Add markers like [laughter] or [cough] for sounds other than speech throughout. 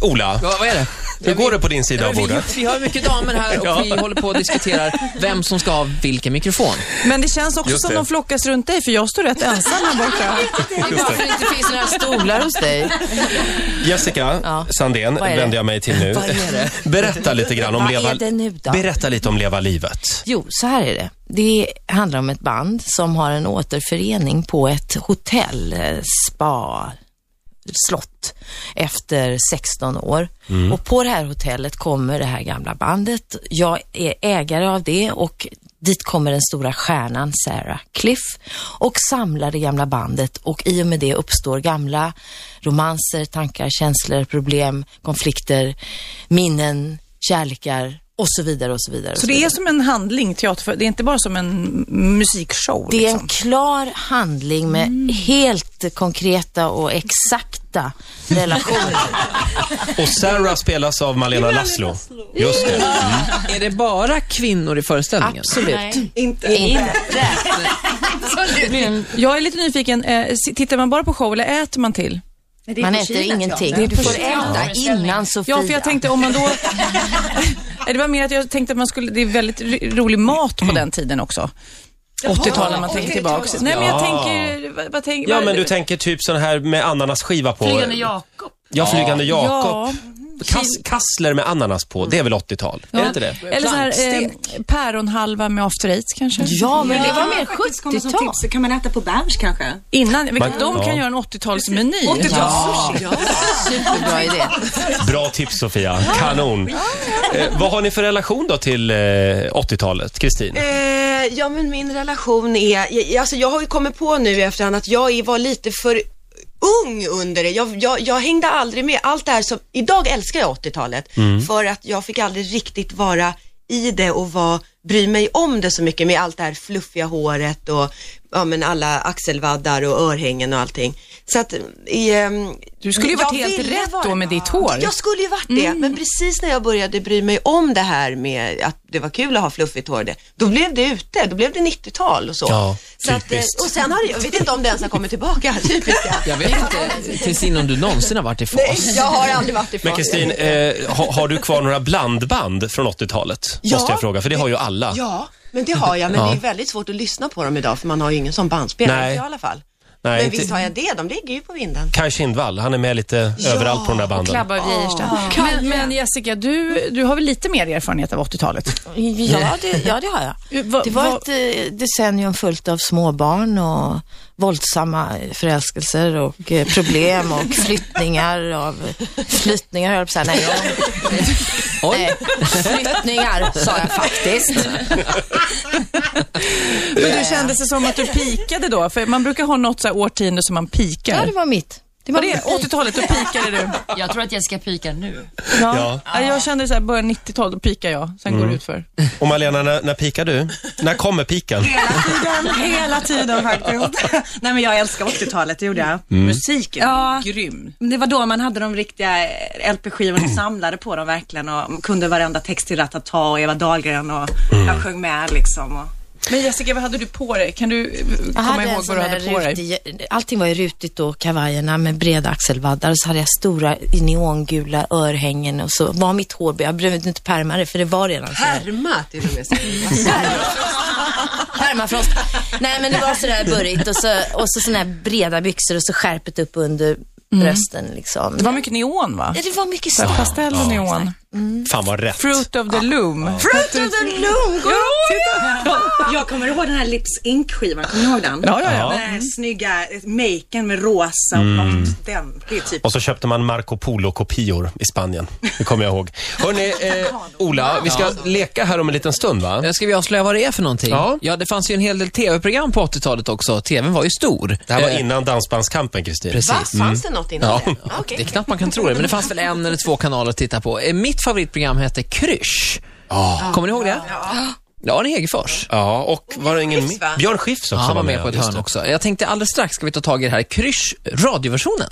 Ola, Ja, vad är det? hur går det på din sida av vi, bordet? vi har mycket damer här och Ja. vi håller på att diskutera vem som ska ha vilken mikrofon. Men det känns också Just som det. de flockas runt dig, för jag står rätt ensam här [laughs] borta. Det är varför det inte finns några stolar hos dig. Jessica Ja. Sandén Vad är det? vänder jag mig till nu. Vad är det? [laughs] Berätta lite grann om Vad leva, är det nu då? Berätta lite om Leva livet. Jo, så här är det. Det handlar om ett band som har en återförening på ett hotell, eh, spa, slott efter 16 år. Och på det här hotellet kommer det här gamla bandet. Jag är ägare av det och dit kommer den stora stjärnan Sarah Cliff och samlar det gamla bandet och i och med det uppstår gamla romanser, tankar, känslor, problem, konflikter, minnen, kärlekar och så vidare och så vidare. och Så det är som en handling, teater, det är inte bara som en musikshow. Det är en Liksom. klar handling med Mm. helt konkreta och [laughs] exakta relationer. Och Sarah spelas av Malena Laszlo. Just det. Är det bara kvinnor i föreställningen? Absolut. Inte. Inte. Jag är lite nyfiken, eh, s- tittar man bara på show eller äter man till? Man äter ingenting. Du får äta innan Sofia. Ja, för jag tänkte om man då... Nej, det var mer att jag tänkte att man skulle, det är väldigt ro- rolig mat på den tiden också. 80-tal när man tänker tillbaka. Nej, men jag tänker, vad, vad tänker... Ja, vad- men du tänker typ sån här med ananasskiva på. Flygande Jakob. Ja, Flygande Ja, Jakob. Kass, kassler med ananas på, det är väl 80-tal? Är det inte det? eller så här, eh, päronhalva med after eight kanske. Ja, men det var mer Faktiskt kommer som 70-tal. tips, så kan man äta på Berns kanske? Innan, vilket Man- de kan ja. göra en 80-talsmeny. Åttiotalssushi. [laughs] Superbra idé. Bra tips Sofia, kanon. Eh, vad har ni för relation då till eh, 80-talet, Kristin? Eh, ja, men min relation är, jag, alltså jag har ju kommit på nu i efterhand att jag är- var lite för ung under det. Jag, jag, jag hängde aldrig med. Allt det här som, idag älskar jag 80-talet för att jag fick aldrig riktigt vara i det och var, bry mig om det så mycket med allt det här fluffiga håret och ja, men alla axelvaddar och örhängen och allting. Så att, ehm, Du skulle ju varit jag helt ville rätt vara- då med ditt hår. Jag skulle ju varit det, men precis när jag började bry mig om det här med att det var kul att ha fluffigt hår, det, då blev det ute, då blev det 90-tal och så. Ja, så att, eh, typiskt. och sen har det, jag vet inte om det ens har kommit tillbaka, [laughs] typiskt ja. Jag vet inte, Kristin, om du någonsin har varit i fas. Nej, jag har aldrig varit ifrån Men Kristin, eh, ha, har du kvar några blandband från 80-talet? Ja. Måste jag fråga, för det har ju alla. Ja, men det har jag, men Ja. det är väldigt svårt att lyssna på dem idag, för man har ju ingen sån bandspelare Nej. i alla fall. Nej, men inte- visst har jag det, de ligger ju på vinden. Kaj Kindvall, han är med lite överallt på de där banden. Klabbar Wiejerstad. Men, men Jessica, du, du har väl lite mer erfarenhet av 80-talet? Ja det, ja, det har jag. Va- Det var va- ett eh, decennium fullt av småbarn och våldsamma förälskelser och eh, [laughs] problem och flyttningar av... Flyttningar höll jag på att säga. Nej, jag- Oj, Nej, flyttningar sa jag faktiskt. Men du kändes det som att du pikade då? För man brukar ha något så här årtionde som man pikar. Ja, det var mitt. Det var Var det 80-talet, då pikade du? Jag tror att Jessica pikar nu. Ja. Mm. Jag kände så här, början 90-tal, då pikar jag. Sen går det utför. Och Malena, när, när pikar du? När kommer piken? Hela tiden, hela tiden [laughs] faktiskt. Nej men jag älskar 80-talet, det gjorde jag. Musiken Mm. Ja. grym. Det var då man hade de riktiga eh, LP-skivorna och samlade på dem verkligen och kunde varenda text till Ratata och Eva Dahlgren och Mm. jag sjöng med liksom. Och... Men Jessica, vad hade du på dig? Kan du eh, Jag komma hade en ihåg sån vad du hade där på dig? rutig, allting var ju rutigt då, kavajerna med breda axelvaddar och så hade jag stora neongula örhängen och så var mitt hår, jag behövde inte pärma det för det [laughs] var redan så här. Härma till [laughs] och med. Permafrost. Nej men det var sådär burrigt och så, och så såna här breda byxor och så skärpet upp under brösten liksom. Mm. Det var mycket neon va? ja, det var mycket Så så. här, pastell och neon. Mm. Fan vad rätt. Fruit of the loom. Fruit of the Loom, gå Jag kommer ihåg den här Lips Ink-skivan, kommer ni ihåg den? Ja, ja, ja. Mm. Den här snygga eh, maken med rosa och blått. Den, det är typ Och så köpte man Marco Polo-kopior i Spanien. Det kommer jag ihåg. Hörrni, eh, Ola, vi ska leka här om en liten stund va? Eh, Ska vi avslöja vad det är för någonting? Ja. ja, det fanns ju en hel del tv-program på 80-talet också. TVn var ju stor. Det här var Eh, innan Dansbandskampen, Kristin. Precis. Va, fanns det något innan Ja. det? Det är Okej. knappt man kan tro det, men det fanns väl en eller två kanaler att titta på. Eh, Mitt favoritprogram hette Krysch. Kommer ni ihåg det? Ja. Arne Hegerfors. Ja, och var det ingen Schiffs, va? Björn Skifs också Ja, han var med på ett just hörn det. också. Jag tänkte alldeles strax ska vi ta tag i det här. Krysch, radioversionen.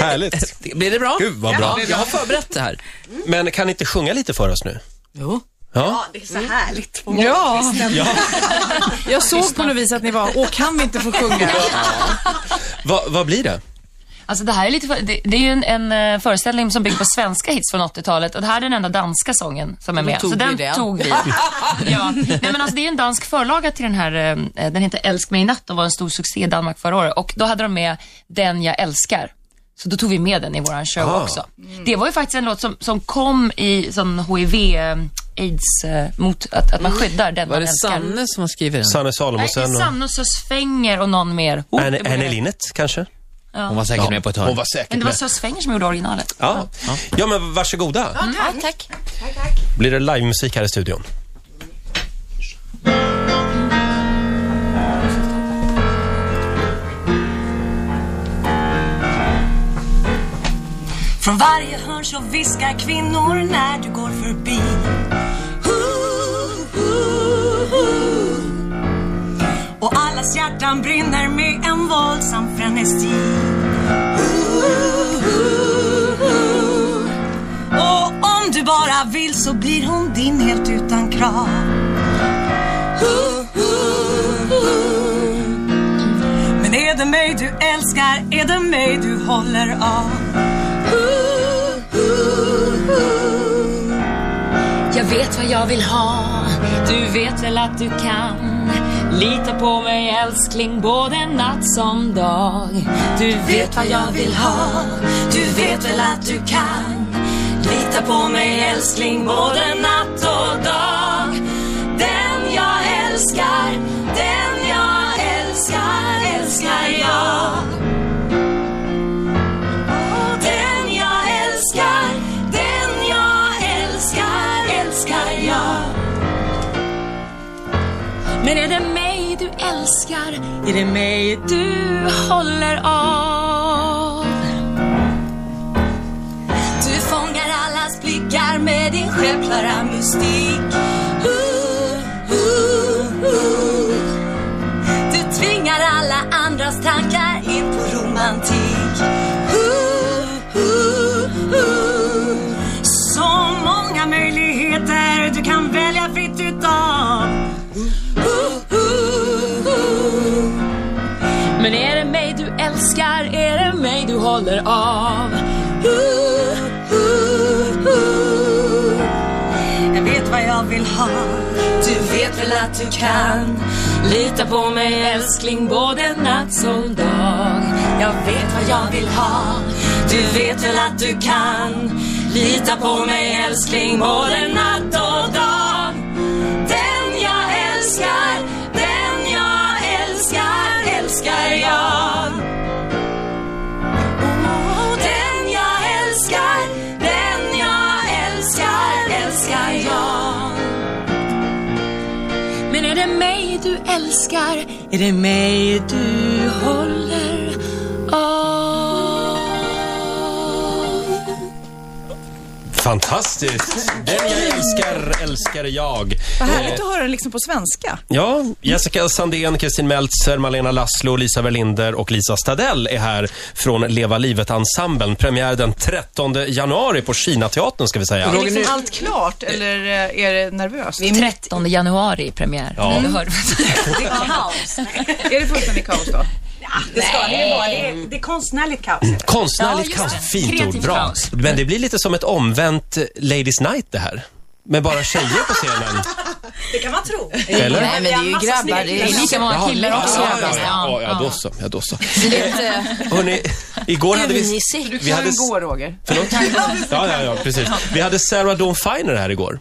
Härligt. [laughs] Det- [laughs] Blir det bra? Gud, vad bra. Ja, jag har förberett det här. Men kan ni inte sjunga lite för oss nu? Jo. Ja. Ja, det är så Mm. härligt. Ja. Jag såg på något vis att ni var, åh kan vi inte få sjunga? Va, vad blir det? Alltså det här är lite, för- det, det är ju en, en eh, föreställning som bygger på svenska hits från 80-talet och det här är den enda danska sången som är med. tog så vi den, den. tog [laughs] vi. ja. Nej men alltså det är en dansk förlaga till den här, eh, den heter Älsk mig i natt och var en stor succé i Danmark förra året och då hade de med Den jag älskar. Så då tog vi med den i våran show Ah. också. Det var ju faktiskt en låt som, som kom i sån HIV, eh, aids, eh, mot att, att man skyddar den Mm. Var man det älskar. Sanne som har skrivit den? Sanne Nej, det är Salomonsen och Sanne och Sös Fenger och någon mer. Oh, Anne, det var- Anne Linnet kanske? Hon var säkert med på ett hörn. Hon var säkert Men det var med. Sös Fenger som gjorde originalet. Mm. Ja. ja, men varsågoda. Ja, tack. Blir det livemusik här i studion? Från varje hörn så viskar kvinnor när du går förbi. Ooh, ooh, ooh. Och allas hjärtan brinner med en våldsam frenesi. Ooh, ooh, ooh. Och om du bara vill så blir hon din helt utan krav. Ooh, ooh, ooh. Men är det mig du älskar, är det mig du håller av? Jag vet vad jag vill ha, du vet väl att du kan Lita på mig älskling, både natt som dag Du vet vad jag vill ha, du vet väl att du kan Lita på mig älskling, både natt och dag Den jag älskar, den jag älskar, älskar jag Den jag älskar, den jag älskar, älskar jag Men är det mig du älskar, är det mig du håller av? Du fångar allas blickar med din självklara mystik Uh, Ooh, ooh, ooh. uh. Du tvingar alla andras tankar in på romantik Uh. Ooh, ooh, ooh. Så många möjligheter du kan välja fritt utav Ooh, ooh, ooh. Men är det mig du älskar, är det mig du håller av? Ooh, ooh, ooh. Jag vet vad jag vill ha Du vet väl att du kan Lita på mig älskling både natt som dag Jag vet vad jag vill ha Du vet väl att du kan Lita på mig älskling både natt och dag Den jag älskar Den jag älskar älskar jag Oh, den jag älskar, den jag älskar, älskar jag. Men är det mig du älskar, är det mig du håller av? Fantastiskt! Den jag älskar, älskar jag. Vad härligt att höra den liksom på svenska. Ja, Jessica Sandén, Kristin Meltzer, Malena Laszlo, Lisa Verlinder och Lisa Stadell är här från Leva livet-ensemblen. Premiär den 13 januari på Kinateatern ska vi säga. Är liksom allt klart eller eh, är det nervöst? 13 januari premiär. Ja. Mm. Du hör. Är det fullständigt kaos [laughs] då? Det ska det ju vara. Det är, det är konstnärligt kaos. Konstnärligt Ja, kaos. just det. Fint ord. Kreativt Bra. kaos. Men det blir lite som ett omvänt eh, Ladies Night det här. Med bara tjejer på [laughs] scenen. Det kan man tro. Eller? Nej, men det är ju Massa snygga grabbar. Det är killar. Lika många killar också. Ja, ja, ja, ja, då så. Ja, då så. Hörrni, igår hade vi... Unisex. Vi hade... Gå Roger. [laughs] Förlåt? Ja, ja, ja, precis. Vi hade Sarah Dawn Finer här igår.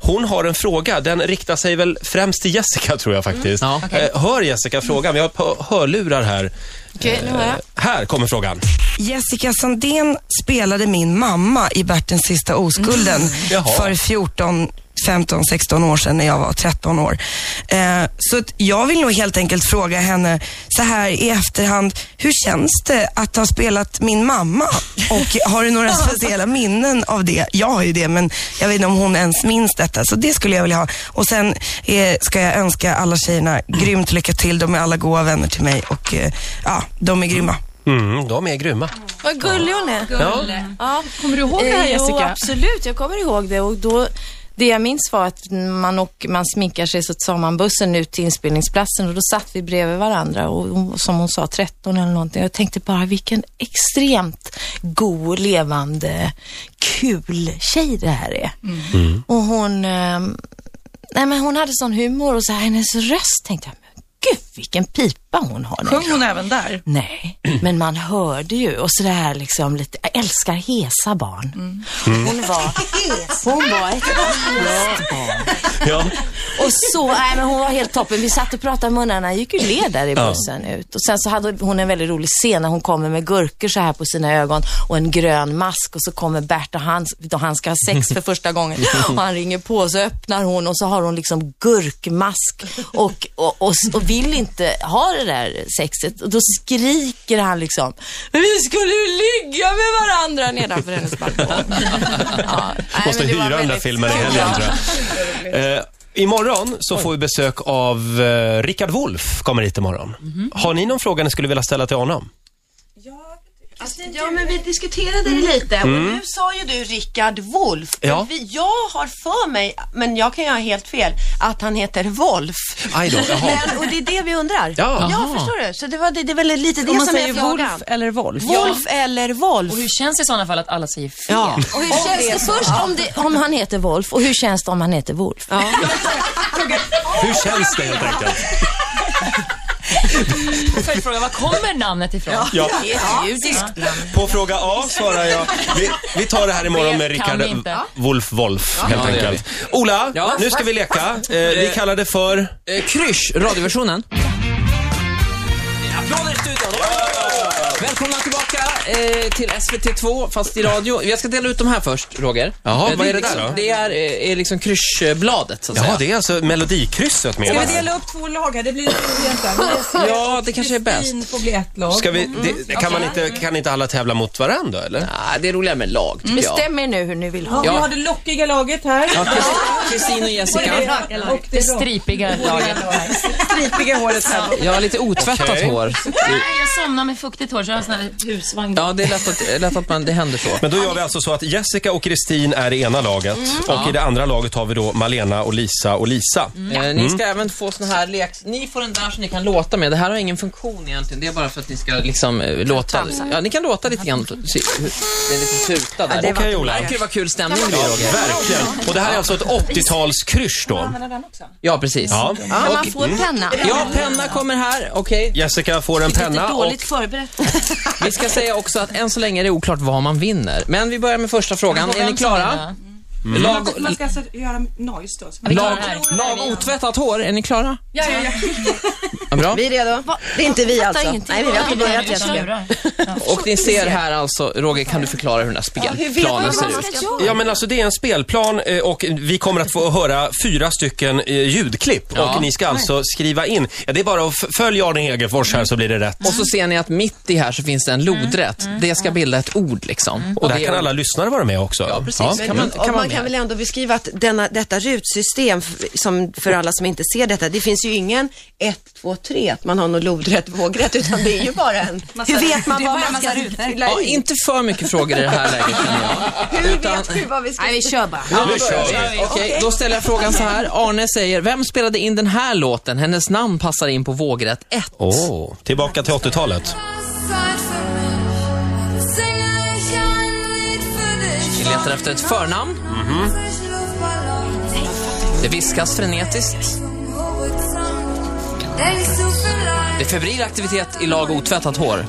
Hon har en fråga. Den riktar sig väl främst till Jessica, tror jag faktiskt. Ja. Eh, Hör Jessica frågan. Vi har ett par hörlurar här. Eh, Okej, nu hör jag. Här kommer frågan. Jessica Sandén spelade min mamma i Bertens sista oskulden Jaha. för 14, 15, 16 år sedan när jag var 13 år. Eh, så att jag vill nog helt enkelt fråga henne så här i efterhand, hur känns det att ha spelat min mamma? Och har du några speciella minnen av det? Jag har ju det, men jag vet inte om hon ens minns detta, så det skulle jag vilja ha. Och sen eh, ska jag önska alla tjejerna grymt lycka till. De är alla goa vänner till mig och eh, ja, de är grymma. Mm, de är grymma. Vad gullig hon är. Ja. Ja. Kommer du ihåg det här Eh, Jo, Jessica? absolut. Jag kommer ihåg det. Och då, Det jag minns var att man, åker, man sminkar sig så tar man bussen ut till inspelningsplatsen och då satt vi bredvid varandra och hon- som hon sa, 13 eller någonting. Jag tänkte bara vilken extremt god, levande, kul tjej det här är. Och hon, ehm, nej men hon hade sån humor och så här, hennes röst tänkte jag, men gud vilken pipa hon har. Sjöng hon även där? Nej, men man hörde ju och så det här liksom lite, jag älskar hesa barn. Hon var, hon var ett hest barn. Ja. Och så, nej men hon var helt toppen. Vi satt och pratade om munnarna, gick ju led där i Ja. bussen ut. Och sen så hade hon en väldigt rolig scen när hon kommer med gurkor så här på sina ögon och en grön mask och så kommer Bert och han, och han ska ha sex för första gången. Och han ringer på och så öppnar hon och så har hon liksom gurkmask och, och, och, och vill inte ha det där sexet. Och då skriker han liksom, vi skulle ju ligga med varandra nedanför hennes balkong. Ja, nej, Måste men det var hyra den där väldigt- filmen i helgen tror [laughs] jag. Eh, imorgon så får vi besök av eh, Rickard Wolff kommer hit imorgon. Mhm. Har ni någon fråga ni skulle vilja ställa till honom? Ja, men vi diskuterade det lite och nu sa ju du Rickard Wolf. Mm. Ja. Vi, jag har för mig, men jag kan ju ha helt fel, att han heter Wolf. Aj då, jaha. Men, och det är det vi undrar. Ja. Jaha. förstår du. Så det, var, det, det är väl lite det Om man som är säger frågan. Wolf eller Wolf? Wolf eller Wolf? Och hur känns det i sådana fall att alla säger fel? Ja. Och hur känns det först om, det, om han heter Wolf och hur känns det om han heter Wolf? Hur känns det helt enkelt? [laughs] Följdfråga, var kommer namnet ifrån? Ja. Det är ett judiskt namn. På fråga A svarar jag. Vi, vi tar det här imorgon med Det kan Rickard vi inte. Wolff Wolff helt Ja, det gör enkelt. Ola, Ja. nu ska vi leka. Eh, vi kallar det för... Eh, Krysch, radioversionen. Applåder i studion! Välkomna tillbaka eh, till SVT2, fast i radio. Jag ska dela ut de här först, Roger. Jaha, vad är det liksom, där då? Det är, eh, är liksom Kryschbladet, så att Ja, säga. det är alltså Melodikrysset med. Ska va? vi dela upp två lag här? Det blir lite ojämnt där. Ja, det kanske är bäst. Kristin får bli ett lag. Ska vi, det, kan, man inte, kan inte alla tävla mot varandra eller? Ah, det är roligare med lag, tycker jag. Bestäm er nu hur ni vill ha Vi Ja. har det lockiga laget här. Ja, Kris- Kristin och Jessica. Och det Det stripiga laget. stripiga håret här. Jag har lite otvättat Okej. hår. Jag somnar med fuktigt hår så jag har en sån här husvagn. Ja, det är lätt att, lätt att man, det händer så. Men då gör vi alltså så att Jessica och Kristin är i ena laget Mm. och i det andra laget har vi då Malena och Lisa och Lisa. Eh, Mm. ni ska även få såna här lek... Ni får den där som ni kan låta med. Det här har ingen funktion egentligen. Det är bara för att ni ska liksom eh, låta... Ja, ni kan låta lite grann. Se- hur- Det är lite tuta där. Okej, Ola. Gud vad kul stämning det blir Roger. Verkligen. Och det här är alltså ett 80-talskrysch då. Ja, precis. Ja. Kan man få en penna? Ja, penna kommer här. Okej. Jessica får en penna och... Dåligt förberett. Vi ska säga också att än så länge är det oklart vad man vinner. Men vi börjar med första frågan. Är ni klara? Lag, Man ska alltså göra noise då. lag, här. lag otvättat hår. Är ni klara? Ja, ja, ja. Ja, bra. Vi är redo? Det är inte vi alltså. ingenting. Nej, vi har inte börjat egentligen. Tjurar. Och ni ser här alltså, Roger kan du förklara hur den där spelplanen ser ut? Ja, men alltså det är en spelplan eh, och vi kommer att få höra fyra stycken eh, ljudklipp Ja. och ni ska alltså skriva in. Ja, det är bara att f- följa Arne Hegerfors här så blir det rätt. Och så ser ni att mitt i här så finns det en lodrätt. Det ska bilda ett ord liksom. Och där det kan alla lyssnare vara med också. Ja, precis. Kan man, Och kan man man kan med? väl ändå beskriva att denna, detta rutsystem, f- som för alla som inte ser detta, det finns ju ingen 1, 2, 3, att man har någon lodrätt, vågrätt, utan det är ju [laughs] bara en... Hur vet man vad man ska fylla Ja, i? inte för mycket frågor i det här läget känner jag. Hur Utan, vet vi vad vi ska... Nej, vi kör bara. Nu kör vi. Okej, då ställer jag frågan så här. Arne säger, vem spelade in den här låten? Hennes namn passar in på vågrätt 1. Åh, tillbaka till Typ. 80-talet. Vi letar efter ett förnamn. Det viskas frenetiskt. Det är febril aktivitet i lag Mm. otvättat hår.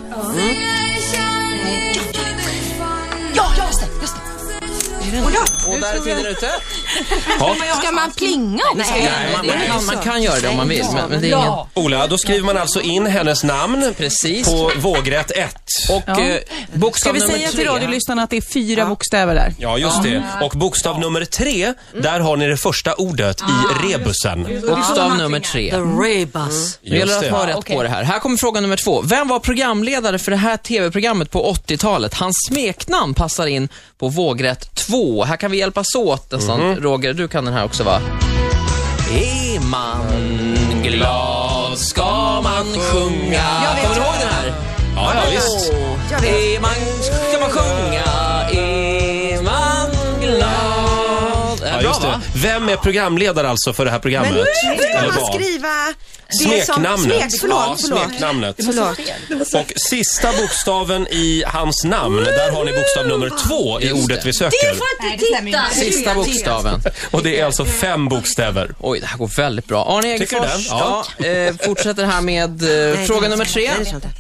Och där är tiden ute. Ska man plinga också? Nej, man, man, man kan göra det om man vill, men, men det är ingen... Ola, då skriver man alltså in hennes namn Precis. på vågrätt 1. Och eh, Ska bokstav vi nummer säga till tre. radiolyssnarna att det är fyra bokstäver där? Ja, just det. Och bokstav nummer tre, Mm. där har ni det första ordet Ah, i rebusen. Bokstav nummer tre. Rebus. Det gäller Just att ha det. rätt på det här. Här kommer fråga nummer två. Vem var programledare för det här TV-programmet på 80-talet? Hans smeknamn passar in på vågrätt 2. Här kan vi hjälpas åt nästan. Mhm. Roger, du kan den här också va? Är man glad ska man sjunga. Kommer du ihåg den här? Ja, ja, visst. Är man, ska man sjunga? Är man glad? Ja, Bra just det. va? Vem är programledare alltså för det här programmet? Men nu Eller behöver man vad? skriva det som... Smeknamnet. Smek, förlåt, ja, förlåt. smeknamnet. Förlåt. Och sista bokstaven i hans namn, där har ni bokstav nummer två i Just ordet det. vi söker. Nej, det stämmer inte. Sista bokstaven. Och det är alltså fem bokstäver. Oj, det här går väldigt bra. Arne Tycker du Egerfors, det? Ja. ja, eh, fortsätter här med eh, fråga nummer tre.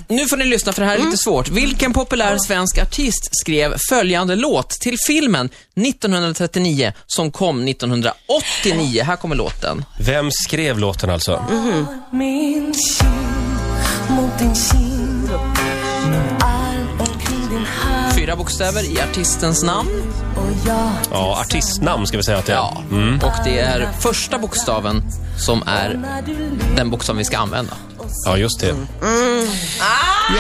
Nu får ni lyssna för det här är lite svårt. Vilken populär svensk artist skrev följande låt till filmen 1939 som kom 1989? Här kommer låten. Vem skrev låten alltså? Mm-hmm. Min kind mot din kind Arm omkring din hand Fyra bokstäver i artistens namn. och jag Ja, artistnamn ska vi säga att det är. Mm. Ja, och det är första bokstaven som är när du ler den bokstaven vi ska använda. Ja, just det. Mm. Ah,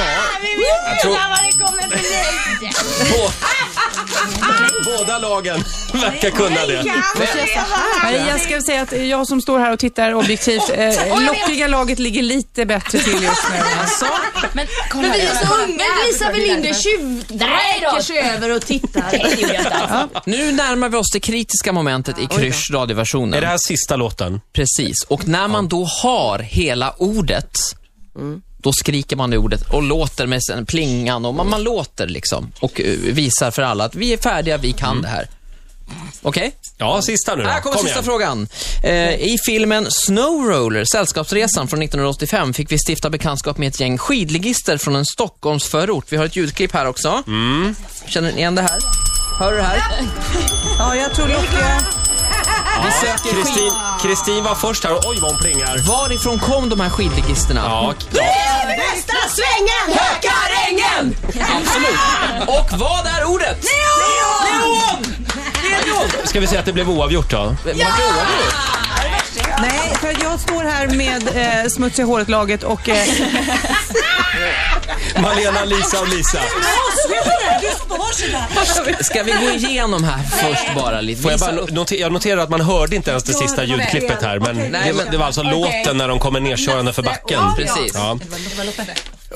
Jag tror- vad det kommer bli. Båda lagen verkar kunna det. Nej, jag ska säga att jag som står här och tittar objektivt, eh, lockiga laget ligger lite bättre till just nu. Alltså. Men kolla Men vi är här. så unga. Lisa Belinder tjuvvräker sig över och tittar. Nu närmar vi oss det kritiska momentet i Krysch radioversionen. Är det här sista låten? Precis, och när man då har hela ordet, då skriker man det ordet och låter med sen plingan och man, man låter liksom och eh, visar för alla att vi är färdiga, vi kan det här. Okej? Mm. Ja, sista nu då. Här kommer Kom sista igen. frågan. Eh, I filmen Snow Roller, Sällskapsresan från 1985, fick vi stifta bekantskap med ett gäng skidligister från en Stockholmsförort. Vi har ett ljudklipp här också. Mm. Känner ni igen det här? Hör du det här? Ja, jag tror lockiga... Ja, Kristin, Kristin var först här. Oj, vad hon plingar. Varifrån kom de här skidligisterna? Ja, Västra svängen! [laughs] Hökarängen! Absolut. Och vad är ordet? Neon! Neon! ska vi säga att det blev oavgjort då? Neon! Nej, för att jag står här med eh, smutsiga håret-laget och... Eh, Malena, Lisa och Lisa. Ska vi gå igenom här först bara lite? Får jag, Visa bara upp. noter, jag noterar att man hörde inte ens det sista ljudklippet här, men det, var- det var alltså låten när de kommer nerkörande för backen. Precis. Ja.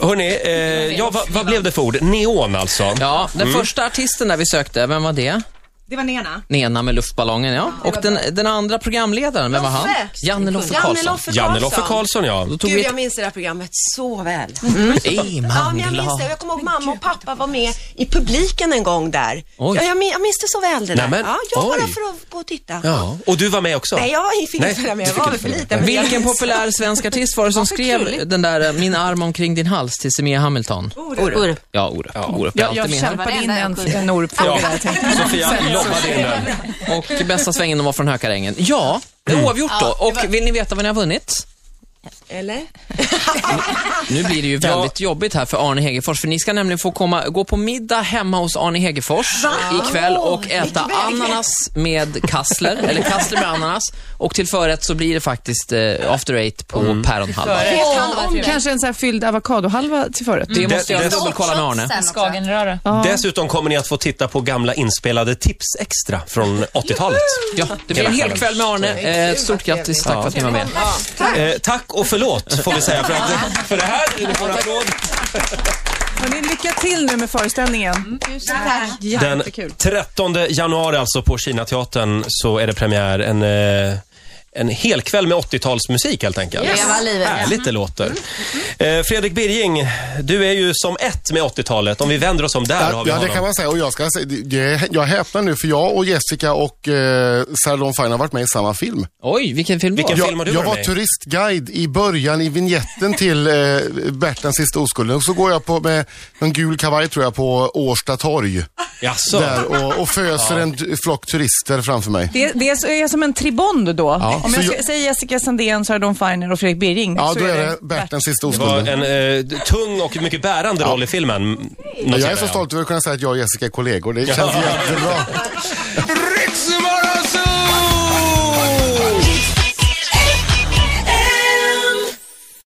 Hörni, eh, ja, vad, vad blev det för ord? Neon alltså. Ja, den första artisten där vi sökte, vem var det? [laughs] Det var Nena. Nena med luftballongen, ja. Och den, den andra programledaren, vem var han? Janne Loffe Karlsson. Janne Loffe Karlsson, Mm. ja. Då tog Gud, vi jag minns det där programmet så väl. Mm. ett... Ja, man men jag vill minns ha... det. Jag kommer ihåg mamma och pappa var med i publiken en gång där. Oj. Ja, jag, min, jag minns det så väl det där. Nej, men, ja, jag var där oj. för att gå och titta. ja. Och du var med också? Nej, jag fick Nej, inte följa med. du Jag fick var väl inte för följa liten. men jag Vilken minns- populär svensk artist var det som skrev den där eh, Min arm omkring din hals till Semia Hamilton? Orup. Ja, Orup. Orup. är jag alltid jag med här. kämpade in en, en Norup-fråga Ja, där. jag tänkte. Sofia lobbade in den. Och bästa svängen var från Hökarängen. Ja, det är oavgjort då. Och vill ni veta vad ni har vunnit? Eller? [laughs] Nu blir det ju väldigt jobbigt här för Arne Hegerfors, för ni ska nämligen få komma, gå på middag hemma hos Arne Hegerfors ikväll och äta ananas med kassler, eller kassler med ananas. Och till förrätt så blir det faktiskt eh, after eight på päronhalva. Kanske en sån här fylld avokadohalva till förrätt. Det måste jag Det- det- dubbelkolla med Arne. Skagenröra. Dessutom kommer ni att få titta på gamla inspelade tips extra från 80-talet. Ja, det blir en hel kväll med Arne. Eh, stort grattis, tack för att ni var med. Eh, tack och förlåt, får vi säga, för, att, för det här. Ni får en applåd. Mm. Hörrni, lycka till nu med föreställningen. Den Jättekul. 13 januari alltså på Kinateatern så är det premiär. En, eh, en hel kväll med 80-talsmusik helt enkelt. Leva livet. Mm-hmm. Härligt det låter. Eh, Fredrik Birging, du är ju som ett med 80-talet. Om vi vänder oss om där har Ja, vi ja det honom. kan man säga. Och jag, ska säga det- det, jag häpnar nu för jag och Jessica och eh, Sarah Dawn Fine har varit med i samma film. Oj, vilken film var Vilken det? film har Jag, du jag varit var med i? turistguide i början i vignetten till eh, Bertans sista oskuld. Och så går jag på, med en gul kavaj tror jag på Årsta torg Jaså? där och, och föser en t- flock turister framför mig. Det, det är, så- är som en tribond då. Om Så jag, ska, jag- säger Jessica Sandén, Sarah Dawn Finer och Fredrik Birring. Ja, så då är det Bertans sista Det var oskuld. en eh, tung och mycket bärande roll i filmen. [laughs] Jag är så stolt över att kunna säga att jag och Jessica är kollegor. Det känns jättebra.